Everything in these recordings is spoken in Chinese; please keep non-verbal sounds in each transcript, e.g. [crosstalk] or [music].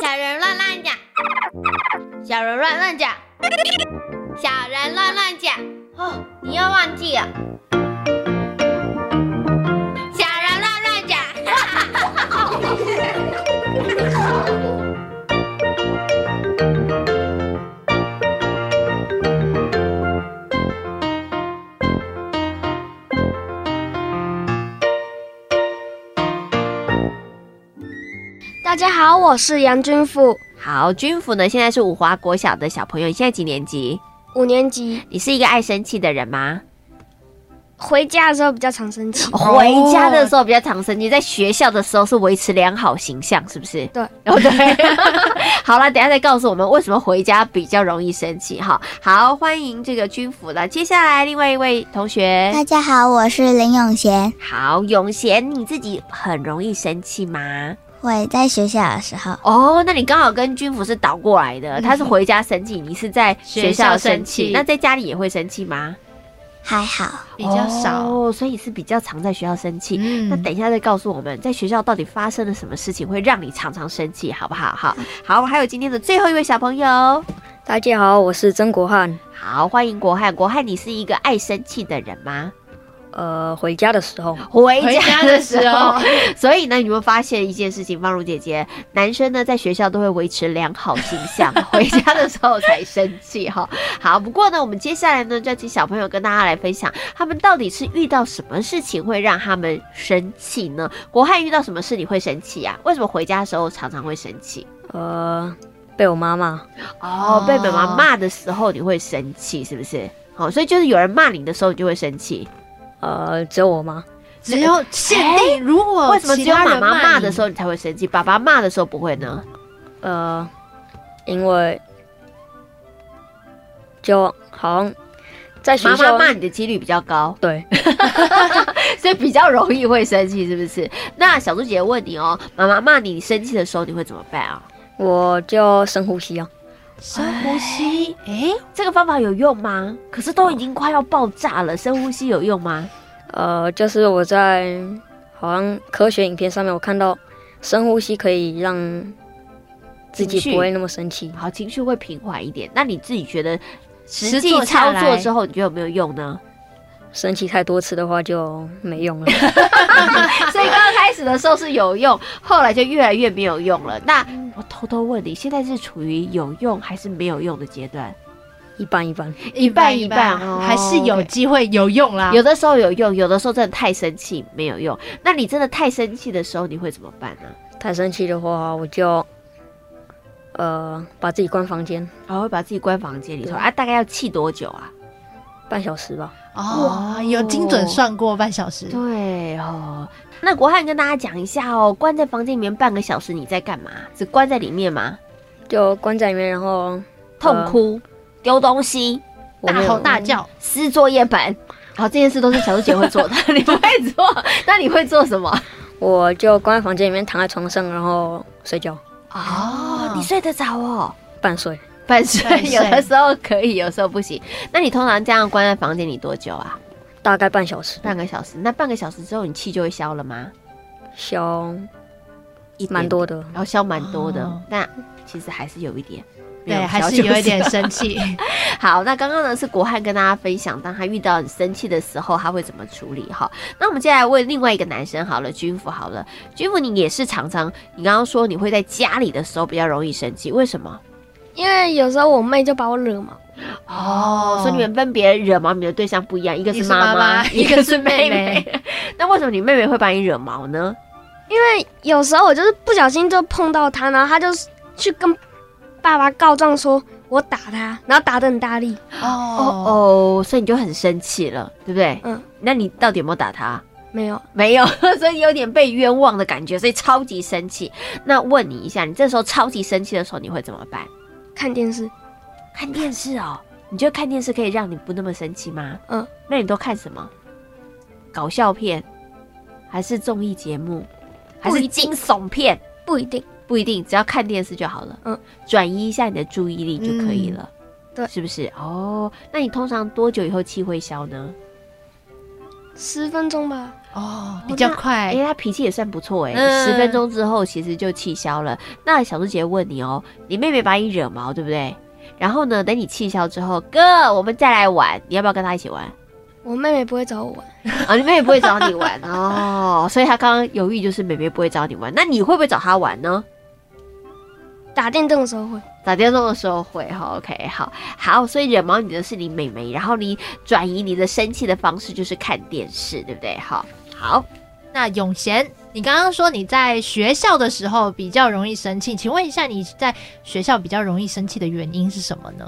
小人乱乱讲，小人乱乱讲，小人乱乱讲。哦，你又忘记了。小人乱乱讲，大家好，我是杨君富，好，君府呢现在是五华国小的小朋友，你现在几年级？五年级。你是一个爱生气的人吗？回家的时候比较常生气，回家的时候比较常生气，在学校的时候是维持良好形象，是不是？对哦对。 [laughs] 好了，等一下再告诉我们为什么回家比较容易生气哈。好，欢迎这个君府了。接下来另外一位同学，大家好，我是林永贤。好，永贤，你自己很容易生气吗？我在学校的时候，哦，那你刚好跟君府是倒过来的，他是回家生气，你是在嗯学校生气，那在家里也会生气吗？还好，比较少。哦，所以是比较常在学校生气。嗯那等一下再告诉我们在学校到底发生了什么事情会让你常常生气，好不好？好，嗯好，还有今天的最后一位小朋友，大家好，我是曾国汉。好，欢迎国汉。国汉，你是一个爱生气的人吗？呃，回家的时候，回回家的时候，所以呢，你有没有发现一件事情？芳如姐姐，男生呢在学校都会维持良好形象，回家的时候才生气哈。 [laughs] 好，不过呢，我们接下来呢，就要请小朋友跟大家来分享，他们到底是遇到什么事情会让他们生气呢？国汉遇到什么事你会生气啊？为什么回家的时候常常会生气？呃，被我妈骂，哦，被妈妈骂的时候你会生气，是不是？好，所以就是有人骂你的时候，你就会生气。呃，只有我妈，只有限定，如果哦为什么只有妈妈骂的时候，候你才会生气，爸爸骂的时候不会呢？呃，因为就好像在学妈妈校骂你的几率比较高，对，所以比较容易会生气，是不是？那小猪姐姐问你哦，妈妈骂你，你生气的时候你会怎么办啊？我就深呼吸啊， [laughs] 深呼吸，哎，这个方法有用吗？可是都已经快要爆炸了，深呼吸有用吗？呃，就是我在好像科学影片上面我看到深呼吸可以让自情己绪不会那么生气，好，情绪会平缓一点。那你自己觉得实实际做操下来作之后，你觉得有没有用呢？ [laughs] 生气太多次的话就没用了。所以刚开始的时候是有用，后来就越来越没有用了。那我偷偷问你，现在是处于有用还是没有用的阶段？一般一般，一半一半哦还是有机会有用啦。有的时候有用，有的时候真的太生气没有用。那你真的太生气的时候，你会怎么办呢、太生气的话，我就呃把自己关房间然哦后会把自己关房间里头对啊，大概要气多久啊？半小时吧。哦，有精准算过半小嗯时，对哦，那国汉跟大家讲一下哦，关在房间里面半个小时你在干嘛？只关在里面吗？就关在里面，然后痛哭、丢东西、我大没吼有大叫，撕作业本。好，这件事都是小猪姐会做 [laughs] 的，你不会做，那你会做什么？我就关在房间里面，躺在床上，然后睡觉，哦，你睡得着哦。半睡半睡半，睡有的时候可以，有时候不行。那你通常这样关在房间里多久 [laughs] 啊？大概半小时，半个小时，那半个小时之后你气就会消了吗？消一点蛮，多的。然后消蛮多的，哦但其实还是有一点。没对，有还消是就有一点生气。 [laughs] 好。那刚刚呢是国汉跟大家分享，当他遇到很生气的时候，他会怎么处理哈？那我们接下来问另外一个男生好了，君福好了，君福你也是常常，你刚刚说你会在家里的时候比较容易生气，为什么？因为有时候我妹就把我惹毛，哦，所以你们分别惹毛你的对象不一样，一个是一个是妈妈妈，妈 [laughs] 一一个个是是妹妹妹妹。 [laughs] 那为什么你妹妹会把你惹毛呢？因为有时候我就是不小心就碰到她，然后她就去跟爸爸告状说我打她，然后打得很大力，哦哦哦，所以你就很生气了，对不对？嗯。那你到底有没有打他？没有，没有， [laughs] 所以有点被冤枉的感觉，所以超级生气。那问你一下，你这时候超级生气的时候，你会怎么办？看电视，看电视哦。你觉得看电视可以让你不那么生气吗？嗯。那你都看什么？搞笑片，还是综艺节目，还不是一定惊悚片？不一定，不一定，只要看电视就好了。嗯嗯，转移一下你的注意力就可以了。对是不是？哦，那你通常多久以后气会消呢？十分钟吧。哦，比较快哎、。他脾气也算不错哎、嗯十、分钟之后其实就气消了。那小猪姐问你哦，你妹妹把你惹毛对不对？然后呢，等你气消之后，哥，我们再来玩，你要不要跟她一起玩？我妹妹不会找我玩，啊，你妹妹不会找你玩哦，所以她刚刚犹豫，就是妹妹不会找你玩，那你会不会找她玩呢？打电动的时候会。打电动的时候会哈，OK，好好，所以惹毛你的是你妹妹，然后你转移你的生气的方式就是看电视，对不对？好，好，那永贤，你刚刚说你在学校的时候比较容易生气，请问一下你在学校比较容易生气的原因是什么呢？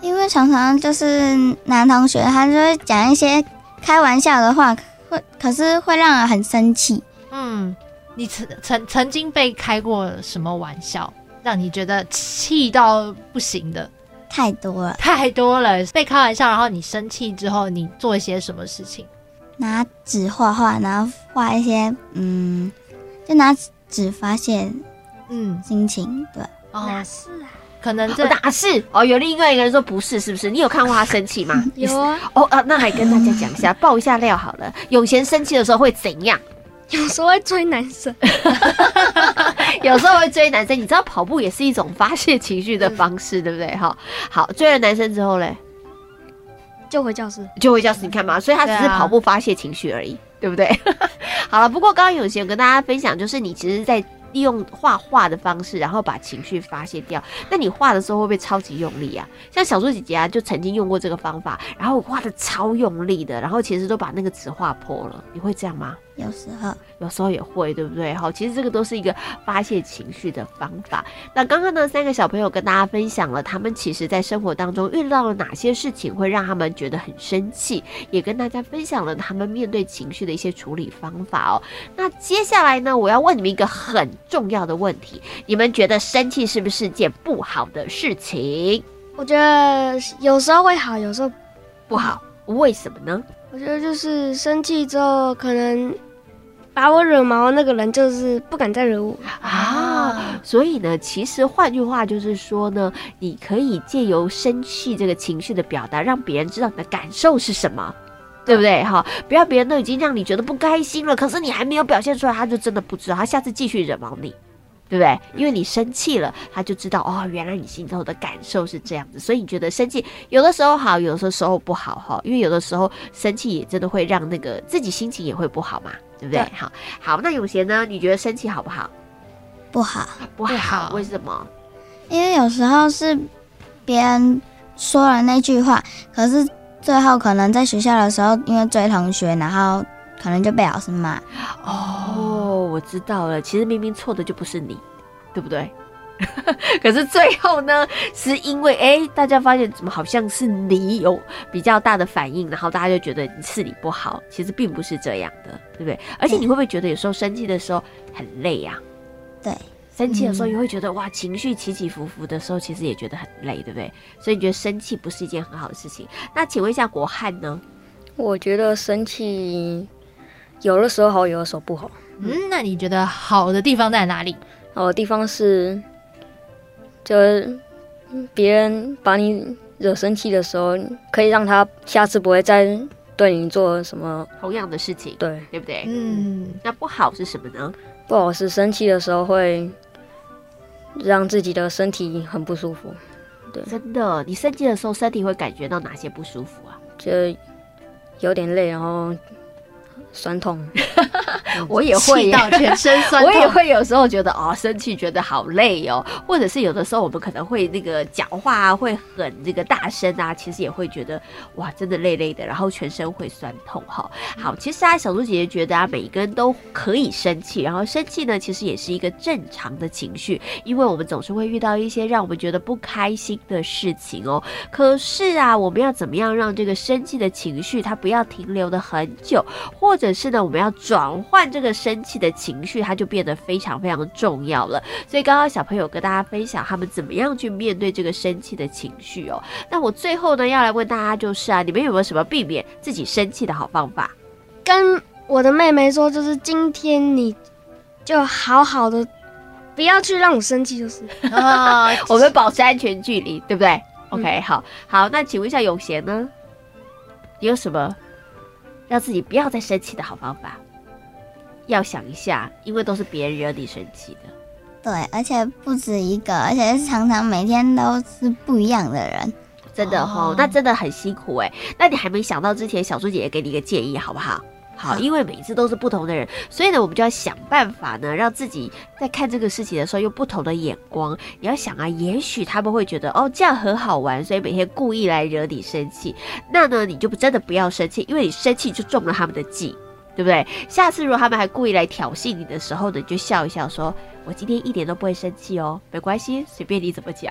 因为常常就是男同学，他就会讲一些开玩笑的话，会可是会让人很生气。嗯，你曾曾曾经被开过什么玩笑，让你觉得气到不行的？太多了，太多了，被开玩笑，然后你生气之后，你做一些什么事情？拿纸画画，然后画一些嗯，就拿纸发泄嗯，心情。对，哦，是啊，可能我这打是哦，有另外一个人说不是，是不是？你有看过她生气吗？有啊，哦啊，那还跟大家讲一下，爆一下料好了。永贤生气的时候会怎样？有时候会追男生。有时候会追男生，你知道跑步也是一种发泄情绪的方式，对不对？哈，好，追了男生之后嘞，就回教室。就会叫死你看嘛，所以他只是对啊跑步发泄情绪而已，对不对？ [laughs] 好了，不过刚刚永贤有跟大家分享，就是你其实，在利用画画的方式，然后把情绪发泄掉。那你画的时候会不会超级用力啊？像小猪姐姐啊，就曾经用过这个方法，然后画的超用力的，然后其实都把那个纸画破了。你会这样吗？有时候有时候也会，对不对？好，其实这个都是一个发泄情绪的方法。那刚刚呢，三个小朋友跟大家分享了他们其实在生活当中遇到了哪些事情会让他们觉得很生气，也跟大家分享了他们面对情绪的一些处理方法哦。那接下来呢，我要问你们一个很重要的问题：你们觉得生气是不是件不好的事情？我觉得有时候会好，有时候不好，为什么呢？我觉得就是生气之后，可能把我惹毛的那个人就是不敢再惹我。啊，所以呢，其实换句话就是说呢，你可以借由生气这个情绪的表达，让别人知道你的感受是什么。对不对？哈，不要别人都已经让你觉得不开心了，可是你还没有表现出来，他就真的不知道，他下次继续惹毛你，对不对？因为你生气了，他就知道哦，原来你心头的感受是这样子，所以你觉得生气有的时候好，有的时候不好哈，因为有的时候生气也真的会让那个自己心情也会不好嘛，对不对？对好，好，那永贤呢？你觉得生气好不好？不好，不好，好为什么？因为有时候是别人说了那句话，可是最后可能在学校的时候，因为追同学，然后可能就被老师骂。哦，我知道了，其实明明错的就不是你，对不 [laughs] 对？可是最后呢，是因为哎，大家发现怎么好像是你有比较大的反应，然后大家就觉得是你不好，其实并不是这样的，对不对？而且你会不会觉得有时候生气的时候很累啊？对，生气的时候也会觉得、哇，情绪起起伏伏的时候，其实也觉得很累，对不对？所以你觉得生气不是一件很好的事情？那请问一下国汉呢？我觉得生气有的时候好，有的时候不好。嗯，那你觉得好的地方在哪里？好哦的地方是，就是别人把你惹生气的时候，可以让他下次不会再对你做什么。同样的事情，对，对不对？嗯，那不好是什么呢？不好是生气的时候会让自己的身体很不舒服，真的，你生气的时候，身体会感觉到哪些不舒服啊？就有点累，然后酸痛。我也会嗯气耶，到全身酸我痛。也会有时候觉得哦，生气觉得好累哦，或者是有的时候我们可能会那个讲话啊，会很这个大声啊，其实也会觉得哇，真的累累的，然后全身会酸痛哈、嗯好，其实啊，小猪姐姐觉得啊，每一个人都可以生气，然后生气呢，其实也是一个正常的情绪，因为我们总是会遇到一些让我们觉得不开心的事情哦。可是啊，我们要怎么样让这个生气的情绪它不要停留的很久，或者是呢，我们要转换这个生气的情绪，它就变得非常非常重要了。所以刚刚小朋友跟大家分享他们怎么样去面对这个生气的情绪哦。那我最后呢，要来问大家就是啊，你们有没有什么避免自己生气的好方法？跟我的妹妹说，就是今天你就好好的，不要去让我生气，就是啊，我们保持安全距离，对不对、o k 好好，那请问一下永贤呢？你有什么让自己不要再生气的好方法。要想一下，因为都是别人惹你生气的。对，而且不止一个，而且是常常每天都是不一样的人。真的哦哦，那真的很辛苦哎。那你还没想到之前，小猪姐姐给你一个建议，好不好？好，因为每一次都是不同的人，所以呢，我们就要想办法呢，让自己在看这个事情的时候用不同的眼光。你要想啊，也许他们会觉得哦，这样很好玩，所以每天故意来惹你生气。那呢，你就真的不要生气，因为你生气就中了他们的计，对不对？下次如果他们还故意来挑衅你的时候呢，你就笑一笑说，我今天一点都不会生气哦，没关系，随便你怎么讲。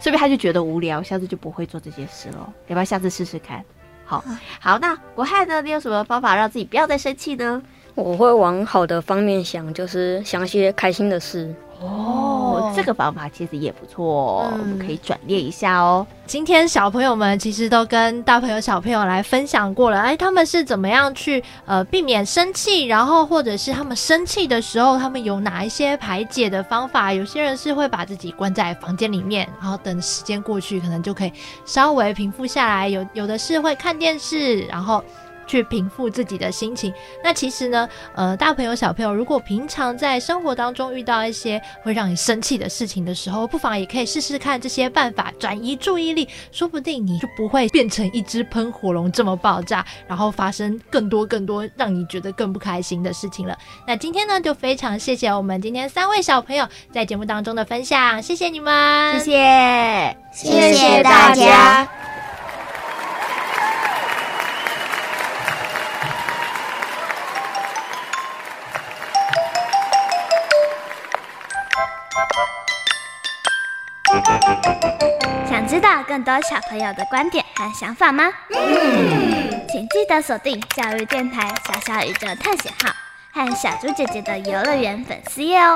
顺便他就觉得无聊，下次就不会做这件事了。要不要下次试试看？好好，那国汉呢？你有什么方法让自己不要再生气呢？我会往好的方面想，就是想一些开心的事。哦，这个方法其实也不错、哦，嗯我们可以转念一下哦。今天小朋友们其实都跟大朋友、小朋友来分享过了，哎，他们是怎么样去呃避免生气，然后或者是他们生气的时候，他们有哪一些排解的方法？有些人是会把自己关在房间里面，然后等时间过去，可能就可以稍微平复下来；有有的是会看电视，然后。去平复自己的心情。那其实呢，呃，大朋友、小朋友，如果平常在生活当中遇到一些会让你生气的事情的时候，不妨也可以试试看这些办法，转移注意力，说不定你就不会变成一只喷火龙这么爆炸，然后发生更多更多让你觉得更不开心的事情了。那今天呢，就非常谢谢我们今天三位小朋友在节目当中的分享，谢谢你们，谢谢。谢谢大家。想知道更多小朋友的观点和想法吗？请记得锁定教育电台《小小宇宙探险号》和小猪姐姐的游乐园粉丝页哦。